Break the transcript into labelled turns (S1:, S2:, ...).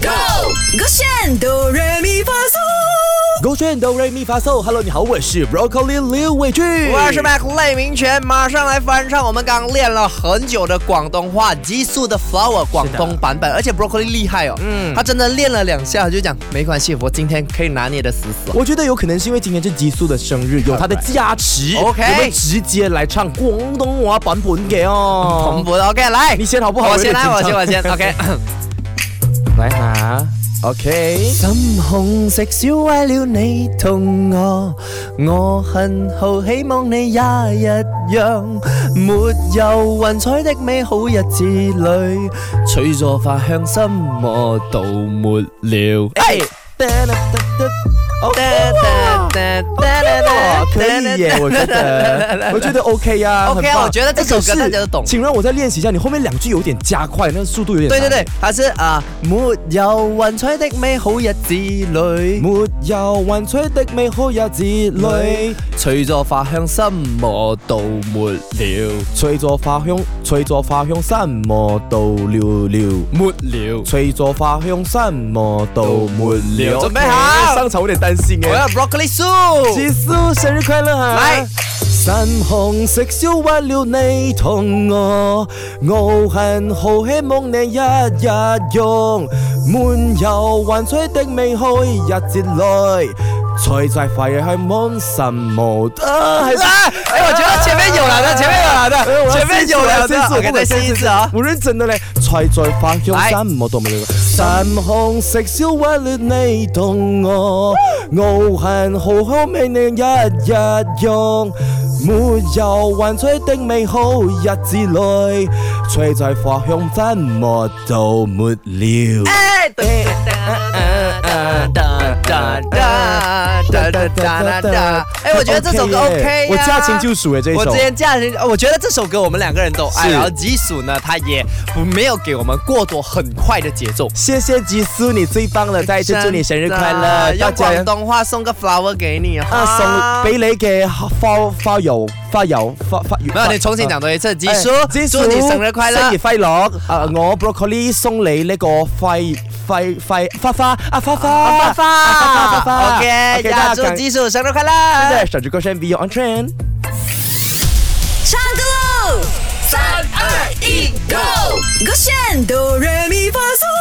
S1: Go，勾选哆来咪发嗦。
S2: 勾选哆瑞咪发嗦，Hello，你好，我是 Broccoli 刘伟俊，
S3: 我是 Mac 赖明全，马上来翻唱我们刚练了很久的广东话《极速的 Flower》广东版本，而且 Broccoli 厉害哦，嗯，他真的练了两下就讲没关系，我今天可以拿捏的死死。
S2: 我觉得有可能是因为今天是激素的生日，有他的加持
S3: Alright. OK
S2: 我们直接来唱广东话版本给
S3: 我们
S2: 哦。
S3: 不 OK 来
S2: 你，先好不好？
S3: 我先来，我先我先
S2: o
S3: OK。
S2: 来下。OK，
S3: 深紅色小為了你同我，我很好，希望你也一樣。沒有雲彩的美好日子裏，取咗花香，心魔到沒了。哎，
S2: Ờ, 哇，哦可以耶，我觉得，我觉得 OK à. Ờ, 呀、
S3: Ờ, OK 啊
S2: 很棒
S3: 我觉得这首歌
S2: 哎可是
S3: 大家都懂
S2: 请让我再练习一下，你后面两句有点加快，那个速度有点。
S3: 对对对，，还是啊，沒有雲彩的美好日子裏。
S2: 没有云彩的美好日子里，
S3: 吹咗花香，心魔到沒了，
S2: 吹着花香，吹着花香，什么都了了。
S3: 沒了。
S2: 吹着花香，什么都没了。
S3: 准备好
S2: OK，上场有点担心
S3: 我
S2: 哎。
S3: 要 broccoli 素。
S2: 吉苏生日快乐啊！
S3: 来，
S2: 神紅食燒屈了你同我，傲恨豪希望你一日用，滿有幻彩的美好日節內，吹在快樂係滿心無啊，係
S3: 啊！哎，我觉得前面有了的，前面有了
S2: 哎我
S3: 的，
S2: 要
S3: 前面有了
S2: 试一
S3: 的
S2: 试，我要试
S3: 我再
S2: 一试
S3: 试一次啊！
S2: 我认真的嘞，才在花香
S3: 来
S2: 山我都没有。山紅食燒温暖你同我，傲恨豪豪美你一日用。沒有幻彩的美好日子裏，吹在花香真沒到沒了。
S3: 哎，哒哒哒哒哒哒哒哒哒哎，我觉得这首歌
S2: OK 耶
S3: OK 呀
S2: 我驾轻就熟哎，这一
S3: 我
S2: 首
S3: 之。前驾轻，我觉得这首歌我们两个人都爱，
S2: 是
S3: 然后吉鼠呢，他也没有给我们过多很快的节奏。
S2: 谢谢吉苏，你最棒了！再一次祝你生日快乐，
S3: 用
S2: 大
S3: 广
S2: 家。
S3: 东话送个 flower 给你啊！
S2: 啊，送俾你嘅花花油花油花花油。
S3: 没有，你重新讲多一次，吉叔
S2: 哎，
S3: 祝你生日快乐
S2: 生日！快樂！啊，我 broccoli 送你呢個廢廢廢花花啊花花
S3: 啊，发
S2: 啊花花花
S3: 发
S2: 花
S3: ，OK，
S2: 大
S3: 亚
S2: 家
S3: 洲
S2: 感
S3: 技术生日快
S2: 谢
S3: 乐！
S2: 谢，手指歌声 Be on trend。
S1: 唱歌喽！三二一，Go！勾选哆来咪发嗦。